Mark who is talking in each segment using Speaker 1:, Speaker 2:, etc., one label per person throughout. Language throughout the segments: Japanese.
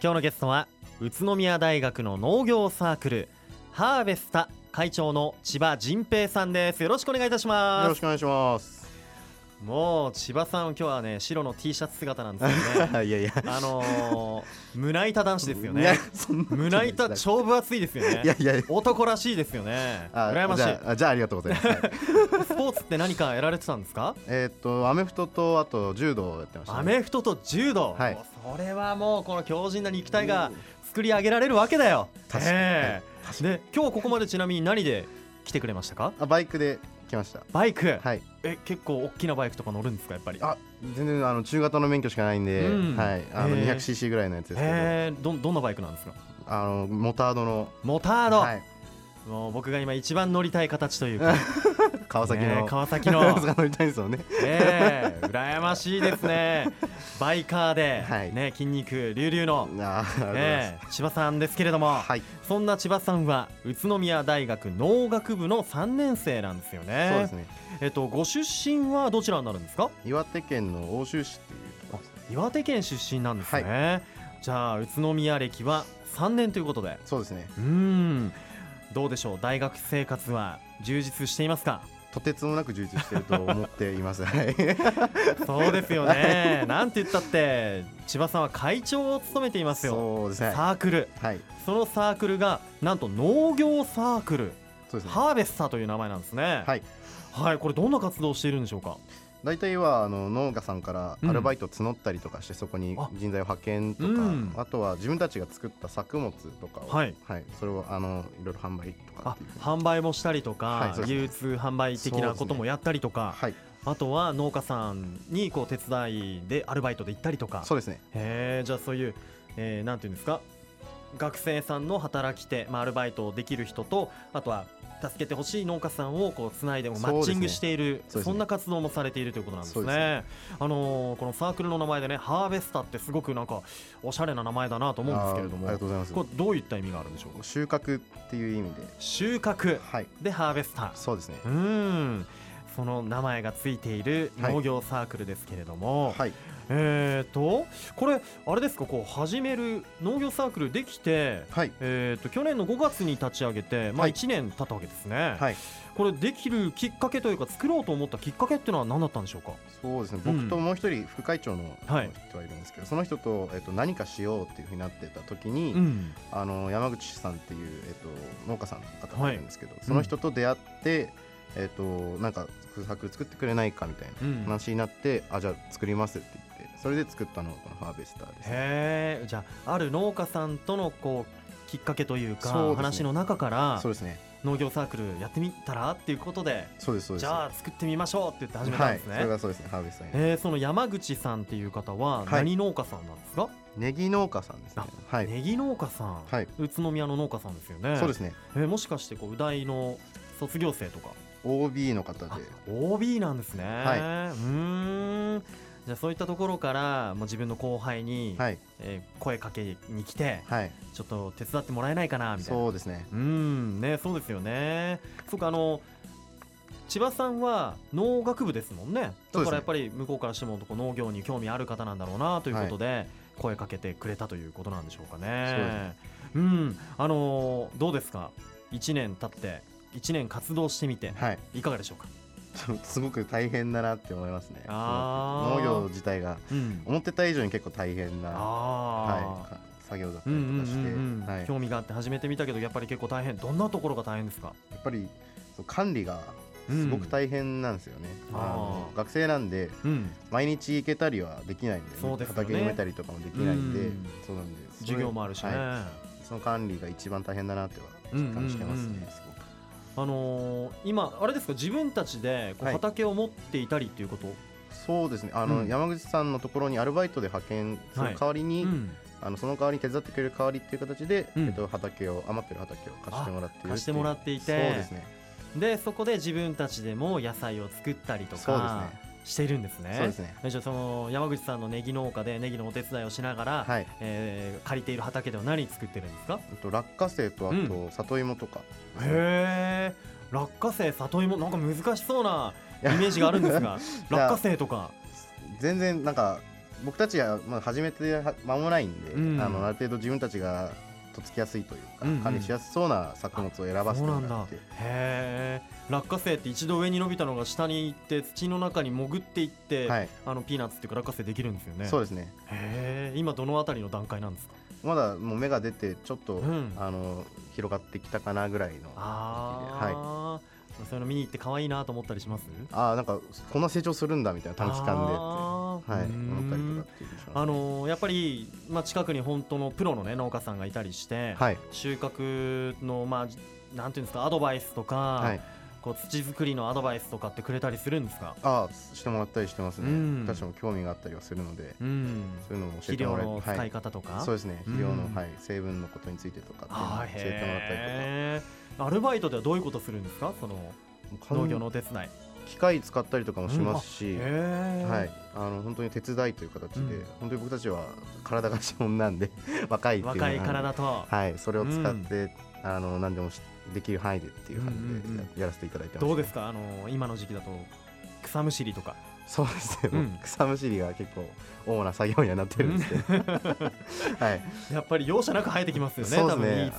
Speaker 1: 今日のゲストは宇都宮大学の農業サークルハーベスタ会長の千葉仁平さんですよろしくお願いいたします
Speaker 2: よろしくお願いします
Speaker 1: もう千葉さん今日はね白の T シャツ姿なんです よね
Speaker 2: いやいや
Speaker 1: あのー、胸板男子ですよ ね
Speaker 2: そんな
Speaker 1: 胸板超分厚いですよ
Speaker 2: い
Speaker 1: ね
Speaker 2: やいやいや
Speaker 1: 男らしいですよね
Speaker 2: あ
Speaker 1: 羨まし
Speaker 2: じ
Speaker 1: い
Speaker 2: ゃあじゃあありがとうございます
Speaker 1: スポーツって何かやられてたんですか
Speaker 2: えーっとアメフトとあと柔道をやってましたね、
Speaker 1: アメフトと柔道、
Speaker 2: はい
Speaker 1: もうそれはもうこの強靭な肉体が作り上げられるわけだよ。
Speaker 2: 確かに
Speaker 1: ええで今日ここまでちなみに何で来てくれましたか
Speaker 2: あバイクで来ました
Speaker 1: バイク、
Speaker 2: はい
Speaker 1: え結構大きなバイクとか乗るんですかやっぱり。
Speaker 2: あ全然あの中型の免許しかないんで、
Speaker 1: うん
Speaker 2: はいあの
Speaker 1: へー
Speaker 2: 200cc ぐらいのやつですけど、
Speaker 1: へえどどんなバイクなんですか
Speaker 2: あのモタードの
Speaker 1: モタード、
Speaker 2: はい、
Speaker 1: もう僕が今一番乗りたい形というか、
Speaker 2: 川崎の、
Speaker 1: ねえ川崎の
Speaker 2: 川崎が乗りたいんですよね
Speaker 1: ええ羨ましいです ねバイカーで、
Speaker 2: はい
Speaker 1: ね、筋肉隆々の、
Speaker 2: あーありがとうございます、
Speaker 1: ええ千葉さんですけれども、
Speaker 2: はい、
Speaker 1: そんな千葉さんは宇都宮大学農学部の3年生なんですよね。
Speaker 2: そうですね
Speaker 1: えっとご出身はどちらになるんですか？
Speaker 2: 岩手県の奥州市っていうとこですね
Speaker 1: 岩手県出身なんですね。じゃあ宇都宮歴は3年ということで、
Speaker 2: そうですね
Speaker 1: うーん、どうでしょう？大学生活は充実していますか？
Speaker 2: とてつもなく充実してると思っていますはい
Speaker 1: そうですよ ね。なんて言ったって千葉さんは会長を務めていますよ。
Speaker 2: そうです
Speaker 1: サ
Speaker 2: ね
Speaker 1: ークル、
Speaker 2: はい
Speaker 1: そのサークルがなんと農業サークル
Speaker 2: そうですね
Speaker 1: ハーベスターという名前なんですね。
Speaker 2: はい
Speaker 1: はい、これどんな活動をしているんでしょうか。
Speaker 2: 大体はあの農家さんから
Speaker 1: うん
Speaker 2: アルバイトを募ったりとかして、そこに
Speaker 1: あ
Speaker 2: 人材を派遣とか、
Speaker 1: うん
Speaker 2: あとは自分たちが作った作物とかを、
Speaker 1: はい
Speaker 2: それをあのいろいろ販売とか
Speaker 1: あ
Speaker 2: っていうふうに
Speaker 1: 販売もしたりとか、
Speaker 2: はいそうですね
Speaker 1: 流通販売的なこともやったりとか、
Speaker 2: はい
Speaker 1: あとは農家さんにこう手伝いでアルバイトで行ったりとか
Speaker 2: そうですね
Speaker 1: へえじゃあそういう、えーなんていうんですか学生さんの働き手、まあ、アルバイトできる人とあとは助けてほしい農家さんをこうつないでも
Speaker 2: そう
Speaker 1: マ
Speaker 2: ですね
Speaker 1: ッチングしているそ,、
Speaker 2: そうですね
Speaker 1: んな活動もされているということなんですね
Speaker 2: そうですね
Speaker 1: あのーこのサークルの名前でねハーベスタってすごくなんかおしゃれな名前だなと思うんですけれども
Speaker 2: あーありがとうござい
Speaker 1: こ
Speaker 2: ま
Speaker 1: れどういった意味があるんでしょうか
Speaker 2: す収穫っていう意味で
Speaker 1: 収穫
Speaker 2: はい
Speaker 1: でハーベスター
Speaker 2: そうですね
Speaker 1: うーんその名前がついている
Speaker 2: はい
Speaker 1: 農業サークルですけれども、
Speaker 2: はい
Speaker 1: えっ、とこれあれですかこう始める農業サークルできて、
Speaker 2: はい
Speaker 1: えっ、と去年の5月に立ち上げてまあ
Speaker 2: はい
Speaker 1: 1年経ったわけですね、
Speaker 2: はい
Speaker 1: これできるきっかけというか作ろうと思ったきっかけっていうのは何だったんでしょうか
Speaker 2: そうですね
Speaker 1: うん
Speaker 2: 僕ともう一人副会長の人
Speaker 1: は
Speaker 2: が
Speaker 1: い
Speaker 2: いるんですけど、その人と,、えっと何かしようっていうふうになってた時に、
Speaker 1: うん
Speaker 2: あの山口さんっていう、えっと農家さんの方がいるんですけど、そ
Speaker 1: うん
Speaker 2: の人と出会って、えっとなんかサークル作ってくれないかみたいな
Speaker 1: うん
Speaker 2: 話になって、あじゃあ作りますって言ってそれで作ったのがこのハーベスターです。
Speaker 1: へえじゃあある農家さんとのこうきっかけというか
Speaker 2: そうですね
Speaker 1: 話の中から
Speaker 2: そうですね
Speaker 1: 農業サークルやってみたらっていうことで
Speaker 2: そうですそうで
Speaker 1: じ
Speaker 2: す
Speaker 1: ゃあ作ってみましょうって言って始めたんですね、
Speaker 2: はい、それがそうですねハーベスターに
Speaker 1: えー、その山口さんっていう方は
Speaker 2: はい
Speaker 1: 何農家さんなんですか、
Speaker 2: ネギ農家さんですねはい、
Speaker 1: ネギ農家さん、
Speaker 2: はい
Speaker 1: 宇都宮の農家さんですよね
Speaker 2: そうですね
Speaker 1: えーもしかしてこうう大の卒業生とか
Speaker 2: OB の方で
Speaker 1: あ OB なんですね、
Speaker 2: はいう
Speaker 1: ーんじゃあそういったところからもう自分の後輩に、
Speaker 2: はい
Speaker 1: えー声かけに来て
Speaker 2: はい
Speaker 1: ちょっと手伝ってもらえないかなみたいな
Speaker 2: そうですね
Speaker 1: うーんねそうですよねそうかあの千葉さんは農学部ですもんね
Speaker 2: そ
Speaker 1: だ
Speaker 2: うですね
Speaker 1: からやっぱり向こうからしてもこう農業に興味ある方なんだろうなということで、声かけてくれたということなんでしょうか
Speaker 2: そうで
Speaker 1: ねうんあのーどうですか1年経って1年活動してみて
Speaker 2: はい
Speaker 1: いかがでしょうか、
Speaker 2: ちょっとすごく大変だなって思いますね
Speaker 1: あー
Speaker 2: 農業自体が
Speaker 1: うん、
Speaker 2: 思ってた以上に結構大変な
Speaker 1: あ
Speaker 2: はい
Speaker 1: あ、
Speaker 2: か、作業だった
Speaker 1: うん
Speaker 2: り
Speaker 1: うん
Speaker 2: とかし
Speaker 1: うんうん
Speaker 2: て、はい、や
Speaker 1: 興味があって始めてみたけどやっぱり結構大変どんなところが大変ですか
Speaker 2: っぱりそう管理がすごく大変なんですよね、
Speaker 1: うん
Speaker 2: あの
Speaker 1: あー
Speaker 2: 学生なんで
Speaker 1: うん
Speaker 2: 毎日行けたりはできないんで,、
Speaker 1: そうですよね
Speaker 2: 畑埋めたりとかもできないんで、
Speaker 1: うん
Speaker 2: そうなんでそれ
Speaker 1: 授業もあるしね、
Speaker 2: はいその管理が一番大変だなっては実感してますね、
Speaker 1: うんうんうん
Speaker 2: すごく
Speaker 1: あのー今あれですか自分たちでこう
Speaker 2: はい
Speaker 1: 畑を持っていたりっていうこと、
Speaker 2: そうですねあの、
Speaker 1: うん
Speaker 2: 山口さんのところにアルバイトで派遣する代わりに、
Speaker 1: うん
Speaker 2: あのその代わりに手伝ってくれる代わりっていう形で、
Speaker 1: うん
Speaker 2: えっと、畑を余ってる畑を貸してもらっているっていう
Speaker 1: 貸してもらっていて
Speaker 2: そうですね
Speaker 1: でそこで自分たちでも野菜を作ったりと
Speaker 2: そうです
Speaker 1: か
Speaker 2: ね
Speaker 1: してるんですね。
Speaker 2: そうですね
Speaker 1: えじゃあその山口さんのネギ農家でネギのお手伝いをしながら、
Speaker 2: はい
Speaker 1: えー借りている畑では何作ってるんですか
Speaker 2: えっと落花生とあ
Speaker 1: う
Speaker 2: と里芋とか、
Speaker 1: へえ落花生里芋なんか難しそうなイメージがあるんですが
Speaker 2: いや
Speaker 1: 落花生とか
Speaker 2: 全然なんか僕たちはまあ始めては間もないんで、
Speaker 1: うん
Speaker 2: あのある程度自分たちがとっつきやすいという
Speaker 1: う
Speaker 2: か、
Speaker 1: んうん
Speaker 2: 管理しやすそうな作物を選ばせ
Speaker 1: そ
Speaker 2: て
Speaker 1: うな
Speaker 2: も
Speaker 1: ん
Speaker 2: らっ
Speaker 1: だ
Speaker 2: て
Speaker 1: へえ落花生って一度上に伸びたのが下に行って土の中に潜っていって、
Speaker 2: はい、
Speaker 1: あのピーナッツっていうか落花生できるんですよね
Speaker 2: そう
Speaker 1: う
Speaker 2: ですね
Speaker 1: へえ今どのあたりの段階なんですか
Speaker 2: まだもう芽が出てちょっと、
Speaker 1: うん
Speaker 2: あの広がってきたかなぐらいのはい
Speaker 1: ああ、そういうの見に行って可愛いなと思ったりします
Speaker 2: あーなんかこんな成長するんだみたいな短期間
Speaker 1: あ
Speaker 2: でって、
Speaker 1: ー
Speaker 2: はいう
Speaker 1: ーん
Speaker 2: 思ったりとかっていうでしょうね
Speaker 1: あのーやっぱり、まあ、近くに本当のプロの、ね、農家さんがいたりして、
Speaker 2: はい
Speaker 1: 収穫の、まあ、じなんていうんですかアドバイスとか、
Speaker 2: はい
Speaker 1: こう土作りのアドバイスとかってくれたりするんですか、
Speaker 2: ああしてもらったりしてますね、
Speaker 1: うん
Speaker 2: 私も興味があったりはするので
Speaker 1: うん、
Speaker 2: そういうのも教え
Speaker 1: 肥
Speaker 2: ても
Speaker 1: 料
Speaker 2: らえ
Speaker 1: の使い
Speaker 2: は
Speaker 1: 方とか、
Speaker 2: い、そうですね
Speaker 1: うん
Speaker 2: 肥料の、はい、成分のことについてとかっていうのを
Speaker 1: あ
Speaker 2: 教
Speaker 1: ー
Speaker 2: えてもらったりとか
Speaker 1: へーアルバイトではどういうことするんですかその農業のお手伝い
Speaker 2: 機械使ったりとかもしますし、
Speaker 1: へー
Speaker 2: はい、あの本当に手伝いという形で、
Speaker 1: うん
Speaker 2: 本当に僕たちは体が資本なんで 若いっていうのが
Speaker 1: 若い体と、
Speaker 2: はい、それを使って、あの何でもしできる範囲でっていう感じ
Speaker 1: うんうん
Speaker 2: で
Speaker 1: う
Speaker 2: ややらせていただいてます、
Speaker 1: どうですかあのー今の時期だと草むしりとか
Speaker 2: そうですね、
Speaker 1: うん
Speaker 2: 草むしりが結構主な作業にはなってるんですけど、 はい
Speaker 1: やっぱり容赦なく生えてきますよね、
Speaker 2: そう
Speaker 1: 多
Speaker 2: で
Speaker 1: 分
Speaker 2: す
Speaker 1: いい
Speaker 2: ね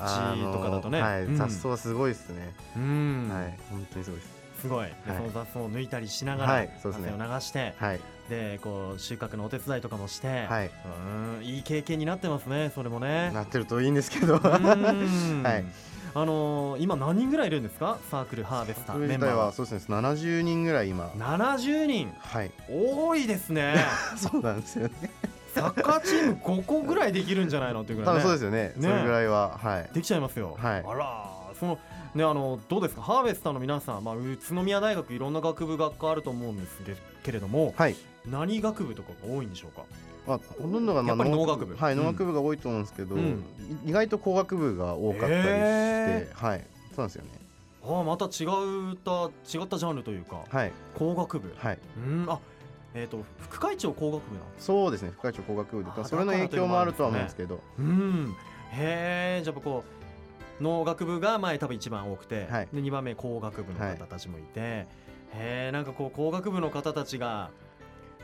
Speaker 1: 土とかだとね。
Speaker 2: あのはい
Speaker 1: うん
Speaker 2: 雑草すごいですね、
Speaker 1: うん
Speaker 2: はい本当にすごいです
Speaker 1: すごい、で
Speaker 2: はい
Speaker 1: その雑草を抜いたりしながら、
Speaker 2: はいそうです
Speaker 1: 汗を
Speaker 2: ね
Speaker 1: 流して、
Speaker 2: はい
Speaker 1: でこう収穫のお手伝いとかもして、
Speaker 2: はいう
Speaker 1: ーんいい経験になってますね、それもね。
Speaker 2: なってるといいんですけど
Speaker 1: う ーん
Speaker 2: はい
Speaker 1: あのー今何人ぐらいいるんですか、サークルハーベスター
Speaker 2: それ
Speaker 1: メ
Speaker 2: 自
Speaker 1: ンバー
Speaker 2: 体は
Speaker 1: は。
Speaker 2: そうですね70人ぐらい今
Speaker 1: 70人
Speaker 2: はい
Speaker 1: 多いですね
Speaker 2: そうなんですよ ね
Speaker 1: サッカーチーム5個ぐらいできるんじゃないのっていうぐら
Speaker 2: 多
Speaker 1: い、
Speaker 2: 分
Speaker 1: ね、
Speaker 2: そうですよね
Speaker 1: ね
Speaker 2: それぐらいははい
Speaker 1: できちゃいますよ、
Speaker 2: はい
Speaker 1: あらそのねあのどうですかハーベスターの皆さん、まあ、宇都宮大学いろんな学部学科あると思うんですけけれども
Speaker 2: はい
Speaker 1: 何学部とかが多いんでしょうか
Speaker 2: まあ、ほとんどがま
Speaker 1: や
Speaker 2: あ
Speaker 1: っぱり農学部
Speaker 2: はい、
Speaker 1: うん
Speaker 2: 農学部が多いと思うんですけど、
Speaker 1: うん
Speaker 2: い意外と工学部が多かったりして、
Speaker 1: へ
Speaker 2: はいそうなんですよね
Speaker 1: ああまた違うた違ったジャンルというか
Speaker 2: はい
Speaker 1: 工学部
Speaker 2: はい
Speaker 1: うんあえっ、と副会長工学部な
Speaker 2: そうですね副会長工学部で
Speaker 1: あー
Speaker 2: それの影響もあるとは思うんですけど
Speaker 1: のうんへえじゃあやっぱこう農学部が前多分一番多くて、
Speaker 2: はい
Speaker 1: で2番目工学部の方たちもいて、へえなんかこう工学部の方たちが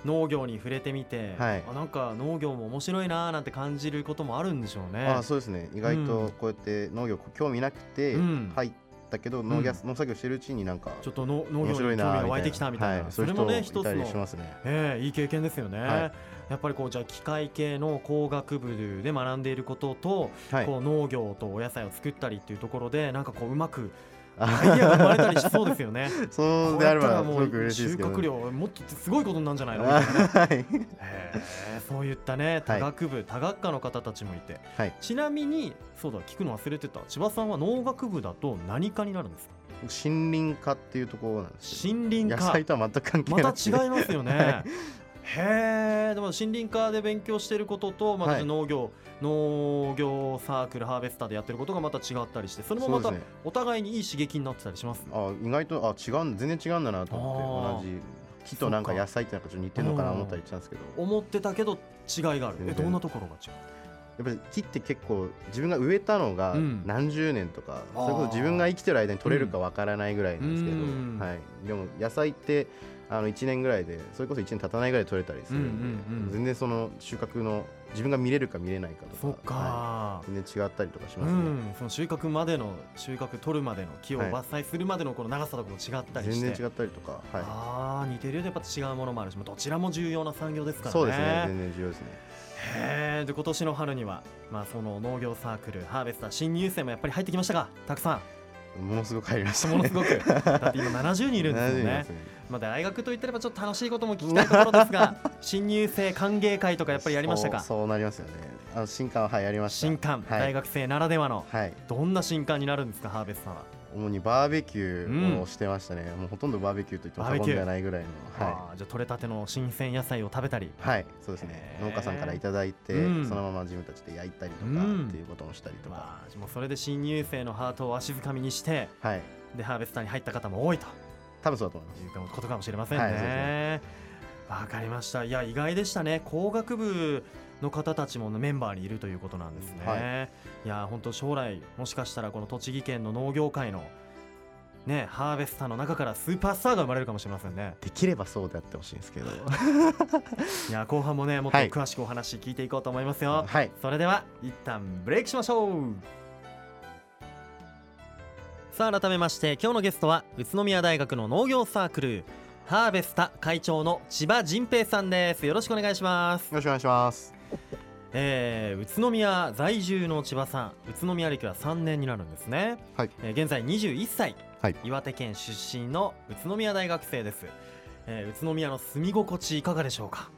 Speaker 1: 農業に触れてみて、
Speaker 2: はい
Speaker 1: あなんか農業も面白いなーなんて感じることもあるんでしょうね。
Speaker 2: あーそうですね意外
Speaker 1: う
Speaker 2: と
Speaker 1: ん
Speaker 2: こうやって農業興味なくて
Speaker 1: うん
Speaker 2: 入ったけど農業、
Speaker 1: うん
Speaker 2: 農作業してるうちになんか
Speaker 1: ちょっとの農業
Speaker 2: 面
Speaker 1: に興
Speaker 2: 白い
Speaker 1: 味
Speaker 2: なー
Speaker 1: が湧いてきたみたいな、
Speaker 2: はい、
Speaker 1: そ
Speaker 2: そ
Speaker 1: うれ
Speaker 2: いう
Speaker 1: も
Speaker 2: 人も
Speaker 1: ね
Speaker 2: い
Speaker 1: 一つ
Speaker 2: たりし
Speaker 1: の、
Speaker 2: ますね
Speaker 1: ええいい経験ですよね。
Speaker 2: はい
Speaker 1: やっぱりこうじゃあ機械系の工学部で学んでいることと、
Speaker 2: はい
Speaker 1: こう農業とお野菜を作ったりっていうところでなんかこううまく
Speaker 2: あ
Speaker 1: アイデアが生まれたりしそうですよね。
Speaker 2: そう
Speaker 1: こう
Speaker 2: で
Speaker 1: や
Speaker 2: あ
Speaker 1: っ
Speaker 2: れ
Speaker 1: たら
Speaker 2: ばす
Speaker 1: も
Speaker 2: ごく嬉
Speaker 1: う
Speaker 2: しいで
Speaker 1: 収
Speaker 2: すけど、
Speaker 1: 穫
Speaker 2: ね、
Speaker 1: 量もっとすごいことになるんじゃないのみたいな
Speaker 2: はい
Speaker 1: へーそういったね多学部、多学科の方たちもいて、
Speaker 2: はい
Speaker 1: ちなみにそうだ聞くの忘れてた千葉さんは農学部だと何科になるんですか
Speaker 2: 森林化っていうところなんですけど
Speaker 1: 森林
Speaker 2: 野
Speaker 1: 科
Speaker 2: 菜とは全く関係な
Speaker 1: ま
Speaker 2: い
Speaker 1: た違います よね、へえでも森林科で勉強してることとまた
Speaker 2: はい
Speaker 1: 農業、農業サークルハーベスターでやってることがまた違ったりしてそれも
Speaker 2: そう
Speaker 1: ま
Speaker 2: で
Speaker 1: た
Speaker 2: すね
Speaker 1: お互いにいい刺激になってたりします
Speaker 2: あ意外とあ違うん全然違うんだなと思っ
Speaker 1: あ
Speaker 2: て同じ木となんか
Speaker 1: そっか
Speaker 2: 野菜ってなんかちょっと似てるのかな思ったりしたんですけど
Speaker 1: 思ってたけど違いがあるえ
Speaker 2: 全然
Speaker 1: どんなところが違う
Speaker 2: やっぱり木って結構自分が植えたのが
Speaker 1: うん
Speaker 2: 何十年とか、
Speaker 1: あー
Speaker 2: それこそ自分が生きてる間に取れるかわからないぐらいなんですけど、
Speaker 1: うん
Speaker 2: はい、でも野菜ってあの1年ぐらいでそれこそ1年経たないぐらいで取れたりするんで、
Speaker 1: うんうんうん
Speaker 2: 全然その収穫の自分が見れるか見れないかとか
Speaker 1: そっか、
Speaker 2: はい全然違ったりとかします
Speaker 1: う
Speaker 2: ね。
Speaker 1: ん、その収穫までの収穫取るまでの木を
Speaker 2: はい
Speaker 1: 伐採するまでのこの長さとかも違ったりして
Speaker 2: 全然違ったりとか、は
Speaker 1: ああ似てるようでやっぱ違うものもあるしもうどちらも重要な産業です
Speaker 2: い、
Speaker 1: からね
Speaker 2: そうですね、全然重要ですね。
Speaker 1: へえで今年の春には、まあ、その農業サークルハーベスター新入生もやっぱり入ってきましたがたくさ
Speaker 2: ものすごく入り ました
Speaker 1: ん
Speaker 2: ね。
Speaker 1: ものすご くだって今70人いるんですよ
Speaker 2: 70
Speaker 1: ね
Speaker 2: すね
Speaker 1: まあ大学といってればちょっと楽しいことも聞きたいところです が新入生歓迎会とかやっぱりやりましたか
Speaker 2: そうそうなりますよねあの新刊ははいやりました
Speaker 1: 新刊、
Speaker 2: はい
Speaker 1: 大学生ならではの
Speaker 2: はい
Speaker 1: どんな新刊になるんですかハーベスターは
Speaker 2: 主にバーベキュ
Speaker 1: う
Speaker 2: ー
Speaker 1: ん
Speaker 2: をしてましたね、もうほとんどバーベキューと言っても
Speaker 1: バー
Speaker 2: 過
Speaker 1: ベキュー
Speaker 2: 言ではないぐらいのは
Speaker 1: あーじゃあ取れたての新鮮野菜を食べたり
Speaker 2: い、はい、そうですね
Speaker 1: へー
Speaker 2: 農家さんからいただいて、
Speaker 1: うん
Speaker 2: そのまま自分たちで焼いたりとか
Speaker 1: うん
Speaker 2: っていうこともしたりとか、
Speaker 1: まあもうそれで新入生のハートをわしづかみにして
Speaker 2: はい
Speaker 1: でハーベスターに入った方も多いと
Speaker 2: 多分そうだと思います
Speaker 1: いうことかもしれません
Speaker 2: はいそうです
Speaker 1: ね。わ、かりましたいや意外でしたね工学部の方たちもメンバーにいるということなんですね。、
Speaker 2: はい
Speaker 1: や本当将来もしかしたらこの栃木県の農業界のねハーベスターの中からスーパースターが生まれるかもしれませんね
Speaker 2: できればそうであってほしいんですけど
Speaker 1: いや後半もねもっと
Speaker 2: はい
Speaker 1: 詳しくお話聞いていこうと思いますよ、
Speaker 2: はい
Speaker 1: それでは一旦ブレイクしましょうさあ改めまして今日のゲストは宇都宮大学の農業サークルハーベスタ会長の千葉仁平さんですよろしくお願いします
Speaker 2: よ、ろしくお願いします
Speaker 1: えー宇都宮在住の千葉さん宇都宮歴は3年になるんですね、
Speaker 2: はい
Speaker 1: えー現在21歳、
Speaker 2: はい
Speaker 1: 岩手県出身の宇都宮大学生です、えー宇都宮の住み心地いかがでしょうか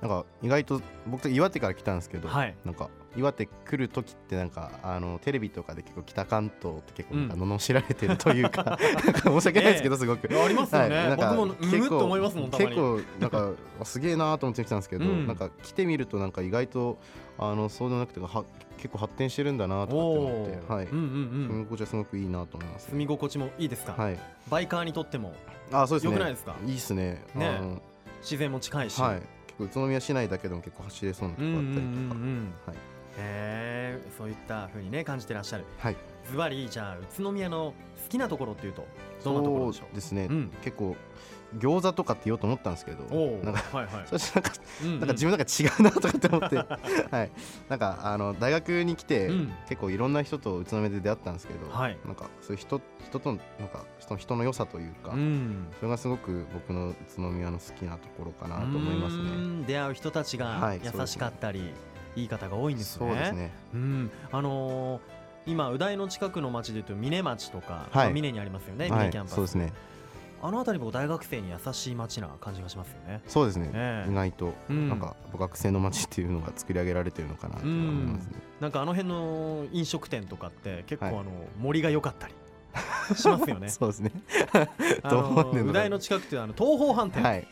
Speaker 2: なんか意外と僕岩手から来たんですけど、
Speaker 1: はい
Speaker 2: なんか岩手来る時ってなんかあのテレビとかで結構北関東って結構なんか
Speaker 1: うん
Speaker 2: 罵られてるという か, 、申し訳ないですけどすごく。
Speaker 1: いやありますよね、
Speaker 2: はいなんか
Speaker 1: 僕もむむっと思いますもんたまに
Speaker 2: 結構なんか あすげえなーと思って来たんですけど、
Speaker 1: うん
Speaker 2: なんか来てみるとなんか意外とあのそうでもなくては結構発展してるんだなとかって思って、
Speaker 1: おー
Speaker 2: はい、
Speaker 1: うんうんう
Speaker 2: 住
Speaker 1: ん
Speaker 2: み心地はすごくいいなと思います、
Speaker 1: 住み心地もいいですか、
Speaker 2: はい、
Speaker 1: バイカーにとっても
Speaker 2: あそうですね
Speaker 1: 良くないですか
Speaker 2: いいですね
Speaker 1: ね
Speaker 2: あの
Speaker 1: 自然も近いし、
Speaker 2: はい、結構宇都宮市内だけでも結構走れそうなと
Speaker 1: う
Speaker 2: こ
Speaker 1: ん
Speaker 2: あ
Speaker 1: うん
Speaker 2: っ
Speaker 1: う
Speaker 2: た
Speaker 1: ん
Speaker 2: りとか、
Speaker 1: うん
Speaker 2: はい
Speaker 1: へーそういった風にね感じてらっしゃる
Speaker 2: はい
Speaker 1: ズバリじゃあ宇都宮の好きなところっていうとどんなところでしょ
Speaker 2: そう
Speaker 1: う
Speaker 2: ですね、
Speaker 1: うん
Speaker 2: 結構餃子とかって言おうと思ったんですけど
Speaker 1: おお
Speaker 2: なんか
Speaker 1: はいはい
Speaker 2: そしてなんか
Speaker 1: うんうん
Speaker 2: なんか自分なんか違うなとかって思って、 はい、なんかあの大学に来て、
Speaker 1: うん
Speaker 2: 結構いろんな人と宇都宮で出会ったんですけど、
Speaker 1: はい
Speaker 2: なんかそういう人人とのなんかその人の良さというか、
Speaker 1: うん
Speaker 2: それがすごく僕の宇都宮の好きなところかなと思います
Speaker 1: う
Speaker 2: ね。
Speaker 1: ん出会う人たちが
Speaker 2: はい
Speaker 1: 優しかったり、い、い方が多いんですね
Speaker 2: そうですね。
Speaker 1: うんあのー今宇大の近くの町でいうと峰町とか、
Speaker 2: はい
Speaker 1: まあ峰にありますよね、
Speaker 2: は
Speaker 1: 峰
Speaker 2: い
Speaker 1: キャンパス
Speaker 2: そうですね。
Speaker 1: あの辺りも大学生に優しい町な感じがしますよね。
Speaker 2: そうですね。
Speaker 1: ええ
Speaker 2: 意外と、
Speaker 1: うん
Speaker 2: なんか学生の街っていうのが作り上げられてるのかなと思いますね。
Speaker 1: なんかあの辺の飲食店とかって結構あ
Speaker 2: はい
Speaker 1: の森が良か ったりしますよね。
Speaker 2: そうですね。
Speaker 1: あの
Speaker 2: どう思うねん
Speaker 1: 宇
Speaker 2: な
Speaker 1: 大の近くってあの東方飯店、
Speaker 2: はい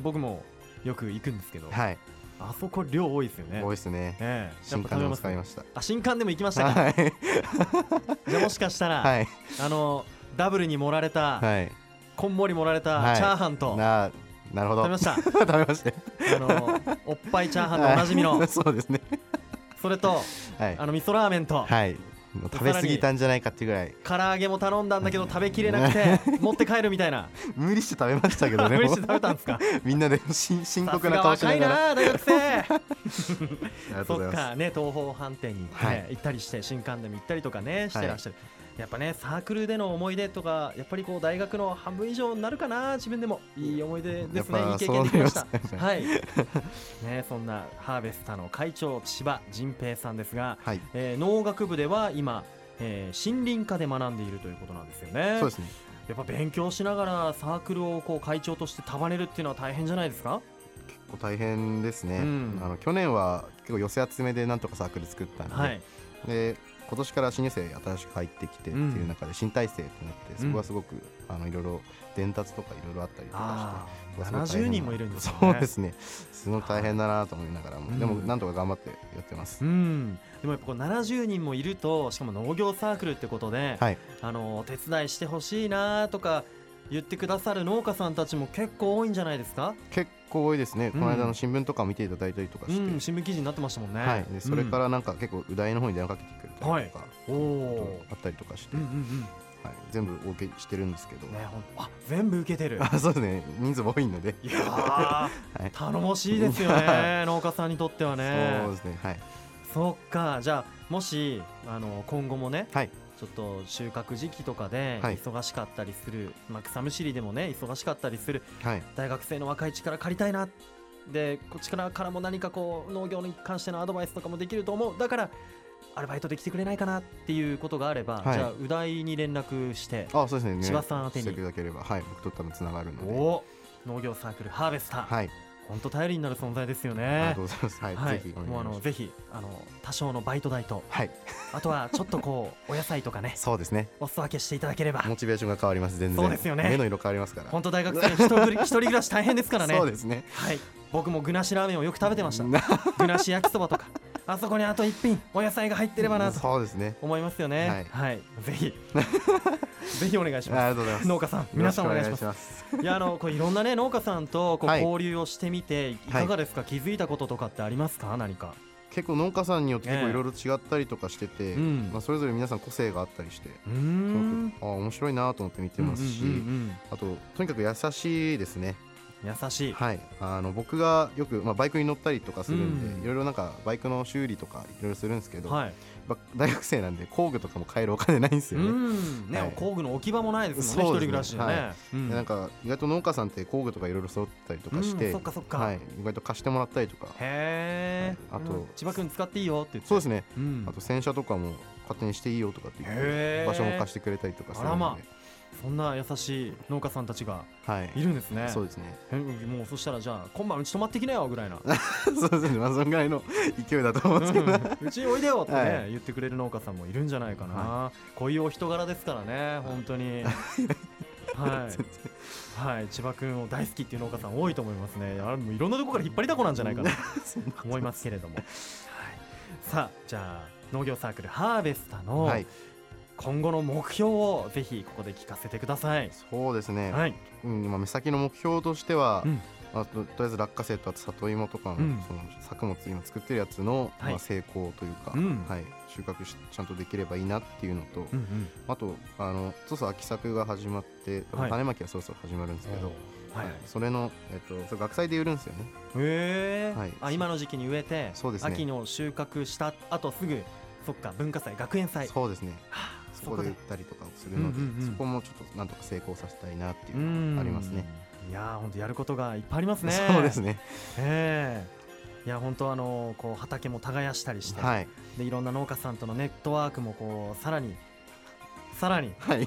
Speaker 1: 僕もよく行くんですけど、
Speaker 2: はい。
Speaker 1: あそこ量多いですよね
Speaker 2: 多い。ですね。
Speaker 1: ええ
Speaker 2: 新刊でも使いました。
Speaker 1: あ新刊でも行きましたか。
Speaker 2: はい
Speaker 1: じゃあもしかしたら、
Speaker 2: はい
Speaker 1: あのダブルに盛られた、
Speaker 2: はい。
Speaker 1: こんもり盛られ
Speaker 2: は
Speaker 1: た
Speaker 2: い
Speaker 1: チャーハンと、
Speaker 2: ななるほど。
Speaker 1: 食べました。
Speaker 2: 食べました。
Speaker 1: あ のおっぱいチャーハンでおなじみの、
Speaker 2: はい そうですね。
Speaker 1: それと
Speaker 2: はい
Speaker 1: あの味噌ラーメンと、
Speaker 2: はい。もう食べ過ぎたんじゃないかってぐらい
Speaker 1: 唐揚げも頼んだんだけど食べきれなくて 持って帰るみたいな
Speaker 2: 無理して食べました けどね。
Speaker 1: 無理
Speaker 2: も
Speaker 1: し
Speaker 2: う
Speaker 1: て食べたんですか
Speaker 2: みんなで
Speaker 1: さ
Speaker 2: 深深
Speaker 1: す
Speaker 2: 刻
Speaker 1: が
Speaker 2: な顔し
Speaker 1: 若
Speaker 2: ないがら。あ
Speaker 1: な大学生そっ
Speaker 2: りがとうございま
Speaker 1: かね東方飯店に行って、
Speaker 2: はい
Speaker 1: 行ったりして新館でも行ったりとかねし
Speaker 2: は
Speaker 1: て
Speaker 2: い
Speaker 1: らっしゃる、やっぱねサークルでの思い出とかやっぱりこう大学の半分以上になるかな自分でもいい思い出ですね
Speaker 2: やっぱ
Speaker 1: いい経験できました
Speaker 2: そうなりますね
Speaker 1: はい、ね、そんなハーベスタの会長千葉仁平さんですが、
Speaker 2: す。はい。
Speaker 1: えー農学部では今、えー森林科で学んでいるということなんですよね
Speaker 2: そうですね。
Speaker 1: やっぱ勉強しながらサークルをこう会長として束ねるっていうのは大変じゃないですか
Speaker 2: 結構大変ですね。
Speaker 1: うん
Speaker 2: あの去年は結構寄せ集めでなんとかサークル作ったんで、
Speaker 1: はい
Speaker 2: で今年から新入生新しく入ってきてっていう中で新体制ってなって、そこはすごくあのいろいろ伝達とかいろいろあったりとか
Speaker 1: あ
Speaker 2: して
Speaker 1: あ
Speaker 2: すごく大変な
Speaker 1: 70人もいるんですよね
Speaker 2: そうですねすごい大変だなと思いながらも、
Speaker 1: うん
Speaker 2: でもなんとか頑張ってやってます、
Speaker 1: うんでもやっぱこう70人もいるとしかも農業サークルってことで、
Speaker 2: はい
Speaker 1: あのお手伝いしてほしいなとか言ってくださる農家さんたちも結構多いんじゃないですか、
Speaker 2: 結構多いですね、
Speaker 1: うん
Speaker 2: この間の新聞とか見ていただいたりとか
Speaker 1: う
Speaker 2: して、
Speaker 1: ん、新聞記事になってましたもんね、、
Speaker 2: はい、でそれかららなんか結構う大の方に電話かけてくれたりとか、
Speaker 1: うんおお
Speaker 2: あったりとかして、
Speaker 1: うんう
Speaker 2: は
Speaker 1: ん
Speaker 2: い、全部 OK してるんですけど、
Speaker 1: うんねほんあ全部受けて る
Speaker 2: あそうですね人数も多いので、
Speaker 1: いやー
Speaker 2: はい、
Speaker 1: 頼もしいですよ ね農家さんにとってはね
Speaker 2: そうですねはい
Speaker 1: そっかじゃあもしあの今後もね
Speaker 2: はい
Speaker 1: ちょっと収穫時期とかで
Speaker 2: はい
Speaker 1: 忙しかったりする、まあ、草むしりでもね忙しかったりする
Speaker 2: はい
Speaker 1: 大学生の若い力借りたいなでこっちからからも何かこう農業に関してのアドバイスとかもできると思うだからアルバイトできてくれないかなっていうことがあれば、
Speaker 2: はい
Speaker 1: じゃあう大に連絡して
Speaker 2: あそうですね
Speaker 1: 千葉さん宛てに
Speaker 2: していただければはい僕と多分つながるので
Speaker 1: おー農業サークルハーベスター
Speaker 2: はい
Speaker 1: 本当頼りになる存在ですよ
Speaker 2: ありが
Speaker 1: ね
Speaker 2: とう。ございますはい、
Speaker 1: はい
Speaker 2: ぜひお願いし
Speaker 1: もうあ
Speaker 2: ま
Speaker 1: の
Speaker 2: す
Speaker 1: ぜひあの多少のバイト代と
Speaker 2: はい
Speaker 1: あとはちょっとこうお野菜とかね
Speaker 2: そうですね
Speaker 1: お裾分けしていただければ
Speaker 2: モチベーションが変わります全然
Speaker 1: そうですよね
Speaker 2: 目の色変わりますから
Speaker 1: 本当大学生一人暮 ら一人暮らし大変ですからね
Speaker 2: そうですね
Speaker 1: はい僕も具なしラーメンをよく食べてました
Speaker 2: な
Speaker 1: 具なし焼きそばとかあそこにあと一品お野菜が入ってればなと
Speaker 2: そうですね
Speaker 1: 思いますよねはい、ぜ ひぜひお願いし
Speaker 2: あり
Speaker 1: ま
Speaker 2: がとうございます
Speaker 1: す農家さん
Speaker 2: よろ
Speaker 1: 皆
Speaker 2: しく
Speaker 1: さんお願いします
Speaker 2: ます
Speaker 1: いやあのこういろんなね農家さんとこう
Speaker 2: はい
Speaker 1: 交流をしてみてい
Speaker 2: はい
Speaker 1: かがですか、気づいたこととかってありますか何か
Speaker 2: 結構農家さんによって結
Speaker 1: え
Speaker 2: 構
Speaker 1: え
Speaker 2: いろいろ違ったりとかしてて、
Speaker 1: うん
Speaker 2: まあ、それぞれ皆さん個性があったりして
Speaker 1: う
Speaker 2: すごく
Speaker 1: ん
Speaker 2: あ面白いなと思って見てますし、
Speaker 1: うんうんうん
Speaker 2: あととにかく優しいですね
Speaker 1: うん優しい、
Speaker 2: はい、あの僕がよく、まあ、バイクに乗ったりとかするんで、
Speaker 1: うん
Speaker 2: いろいろなんかバイクの修理とかいろいろするんですけど、
Speaker 1: はい
Speaker 2: ば大学生なんで工具とかも買えるお金ないんです
Speaker 1: う
Speaker 2: よね。
Speaker 1: んね、
Speaker 2: はい
Speaker 1: 工具の置き場もないですもんね
Speaker 2: そ
Speaker 1: 一
Speaker 2: う
Speaker 1: 人
Speaker 2: ですね
Speaker 1: 暮らしでね、
Speaker 2: は
Speaker 1: うん
Speaker 2: でなんか意外と農家さんって工具とかいろいろ揃ってたりとかして、
Speaker 1: うんそっかそっか
Speaker 2: はい、意外と貸してもらったりとか
Speaker 1: へえ、
Speaker 2: はいあと
Speaker 1: うん千葉君使っていいよって言って
Speaker 2: そうです
Speaker 1: ね、
Speaker 2: ね、
Speaker 1: うん、
Speaker 2: あと洗車とかも勝手にしていいよとかって言っ
Speaker 1: へ
Speaker 2: て
Speaker 1: ー
Speaker 2: 場所も貸してくれたりとかするの
Speaker 1: あ
Speaker 2: で、
Speaker 1: らまそんな優しい農家さんたちが
Speaker 2: はい
Speaker 1: いるんですね
Speaker 2: そうですね
Speaker 1: えもうそしたらじゃあ今晩うち泊まってきなよぐらいなう
Speaker 2: そうですねまあそんぐらいの勢いだと思うんですけど、
Speaker 1: んうちにおいでよってね、
Speaker 2: はい
Speaker 1: 言ってくれる農家さんもいるんじゃないかな、
Speaker 2: は
Speaker 1: こういうお人柄ですからね本当 にはい、はい、千葉君を大好きっていう農家さん多いと思いますねあれもういろんなとこから引っ張りだこなんじゃ ないかなと思いますけれども、はい、さあじゃあ農業サークルハーベスタの
Speaker 2: はい
Speaker 1: 今後の目標をぜひここで聞かせてください、
Speaker 2: そうですね、
Speaker 1: はい
Speaker 2: うんまあ、目先の目標としては、
Speaker 1: うん
Speaker 2: まあ、ととりあえず落花生とあと里芋とかの,、
Speaker 1: うん
Speaker 2: その作物今作ってるやつの、
Speaker 1: はい
Speaker 2: まあ、成功というか、
Speaker 1: うん
Speaker 2: はい、収穫しちゃんとできればいいなっていうのと、
Speaker 1: うんうん
Speaker 2: あとあのそろそろ秋作が始まって
Speaker 1: はい
Speaker 2: 種まきがそろそろ始まるんですけど、
Speaker 1: はい
Speaker 2: はいそれの、えっと、それ学祭で売るんですよね
Speaker 1: へえ、
Speaker 2: はい
Speaker 1: あ今の時期に植えて
Speaker 2: そうですね
Speaker 1: 秋の収穫したあとすぐそっか文化祭学園祭
Speaker 2: そうですね
Speaker 1: はあ
Speaker 2: そこで売ったりとかをするので、
Speaker 1: うんうんうん
Speaker 2: そこもちょっとなんとか成功させたいなっていううんのがありますね。
Speaker 1: いやー本当やることがいっぱいありますね
Speaker 2: そうですね。
Speaker 1: ええいや本当あのこう畑も耕したりして、
Speaker 2: はい。
Speaker 1: でいろんな農家さんとのネットワークもこうさらにさらに
Speaker 2: はい。い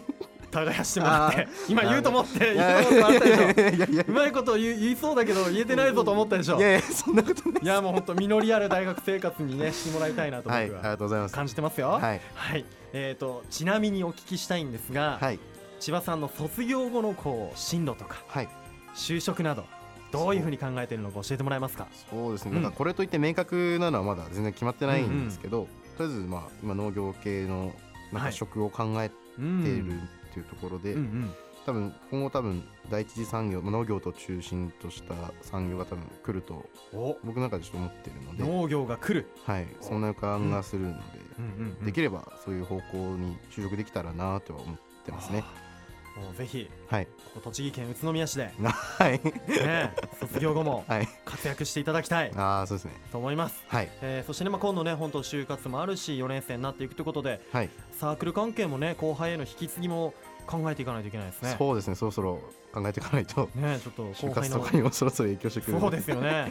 Speaker 1: 耕してもらって今言うと思って言
Speaker 2: や
Speaker 1: うと思ってあったでしょ
Speaker 2: いやいやいやいや
Speaker 1: うまいこと言い言いそうだけど言えてないぞと思ったでしょ
Speaker 2: いやいやそんなことない
Speaker 1: いやもう本当実りある大学生活にねしてもらいたいなと僕
Speaker 2: は。
Speaker 1: はい
Speaker 2: ありがとうございます。
Speaker 1: 感じてますよ。
Speaker 2: はい。
Speaker 1: はいえー、とちなみにお聞きしたいんですが、
Speaker 2: はい。
Speaker 1: 千葉さんの卒業後のこう進路とか
Speaker 2: はい。
Speaker 1: 就職などどういうふうに考えているのか教えてもらえますか
Speaker 2: そうですね。
Speaker 1: うん
Speaker 2: なんかこれといって明確なのはまだ全然決まってないんですけど、とりあえずまあ今農業系の
Speaker 1: は
Speaker 2: なんか
Speaker 1: い
Speaker 2: 職を考えて
Speaker 1: う
Speaker 2: いる
Speaker 1: ん
Speaker 2: っていうところで、
Speaker 1: うんうん
Speaker 2: 多分今後多分第一次産業、まあ、農業と中心とした産業が多分来ると
Speaker 1: お
Speaker 2: 僕の中でちょっと思ってるので、
Speaker 1: 農業が来る、
Speaker 2: はい、そんな予感がするので、
Speaker 1: うんうん
Speaker 2: でき
Speaker 1: る
Speaker 2: ればそういう方向に就職できたらなとは思ってますね。
Speaker 1: もうぜひ
Speaker 2: はい、
Speaker 1: ここ栃木県宇都宮市で、
Speaker 2: はい、
Speaker 1: ね、 卒業後も
Speaker 2: はい、
Speaker 1: 活躍していただきたい
Speaker 2: ああ、そうですね。
Speaker 1: と思います、
Speaker 2: はい、
Speaker 1: えーそしてね、まあ、今度ね本当就活もあるし4年生になっていくということで
Speaker 2: はい、
Speaker 1: サークル関係もね後輩への引き継ぎも考えていかないといけないですね
Speaker 2: そうですね。そろそろ考えていかないと、
Speaker 1: ねちょっと 後
Speaker 2: 就
Speaker 1: 輩
Speaker 2: 活と
Speaker 1: の
Speaker 2: かにもそろそろ影響してくるの。
Speaker 1: そうですよ ね。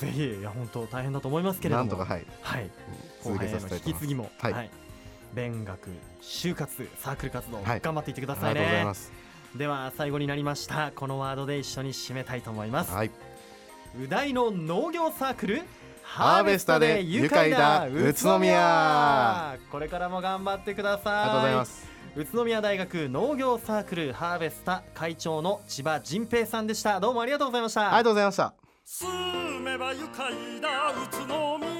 Speaker 1: ぜひいや本当大変だと思いますけれど
Speaker 2: な
Speaker 1: も、
Speaker 2: んとか、はい、
Speaker 1: はい、後
Speaker 2: 続け
Speaker 1: 輩へ
Speaker 2: さ
Speaker 1: の
Speaker 2: せ
Speaker 1: 引
Speaker 2: た
Speaker 1: き
Speaker 2: いと思
Speaker 1: 継
Speaker 2: い
Speaker 1: ぎも、
Speaker 2: はい
Speaker 1: 勉学、就活、サークル活動、
Speaker 2: はい
Speaker 1: 頑張っていってくだ
Speaker 2: ます。
Speaker 1: さ
Speaker 2: あ
Speaker 1: い
Speaker 2: りがとうござ
Speaker 1: ね
Speaker 2: いま。す。
Speaker 1: では最後になりました。このワードで一緒に締めたいと思います。
Speaker 2: はい、
Speaker 1: うだいの農業サークル。
Speaker 2: ハーベスタで愉快だ宇都宮
Speaker 1: これからも頑張ってください
Speaker 2: ありがとうございます。
Speaker 1: 宇都宮大学農業サークルハーベスタ会長の千葉仁平さんでしたどうもありがとうございました
Speaker 2: ありがとうございました。
Speaker 3: 住めば愉快だ宇都宮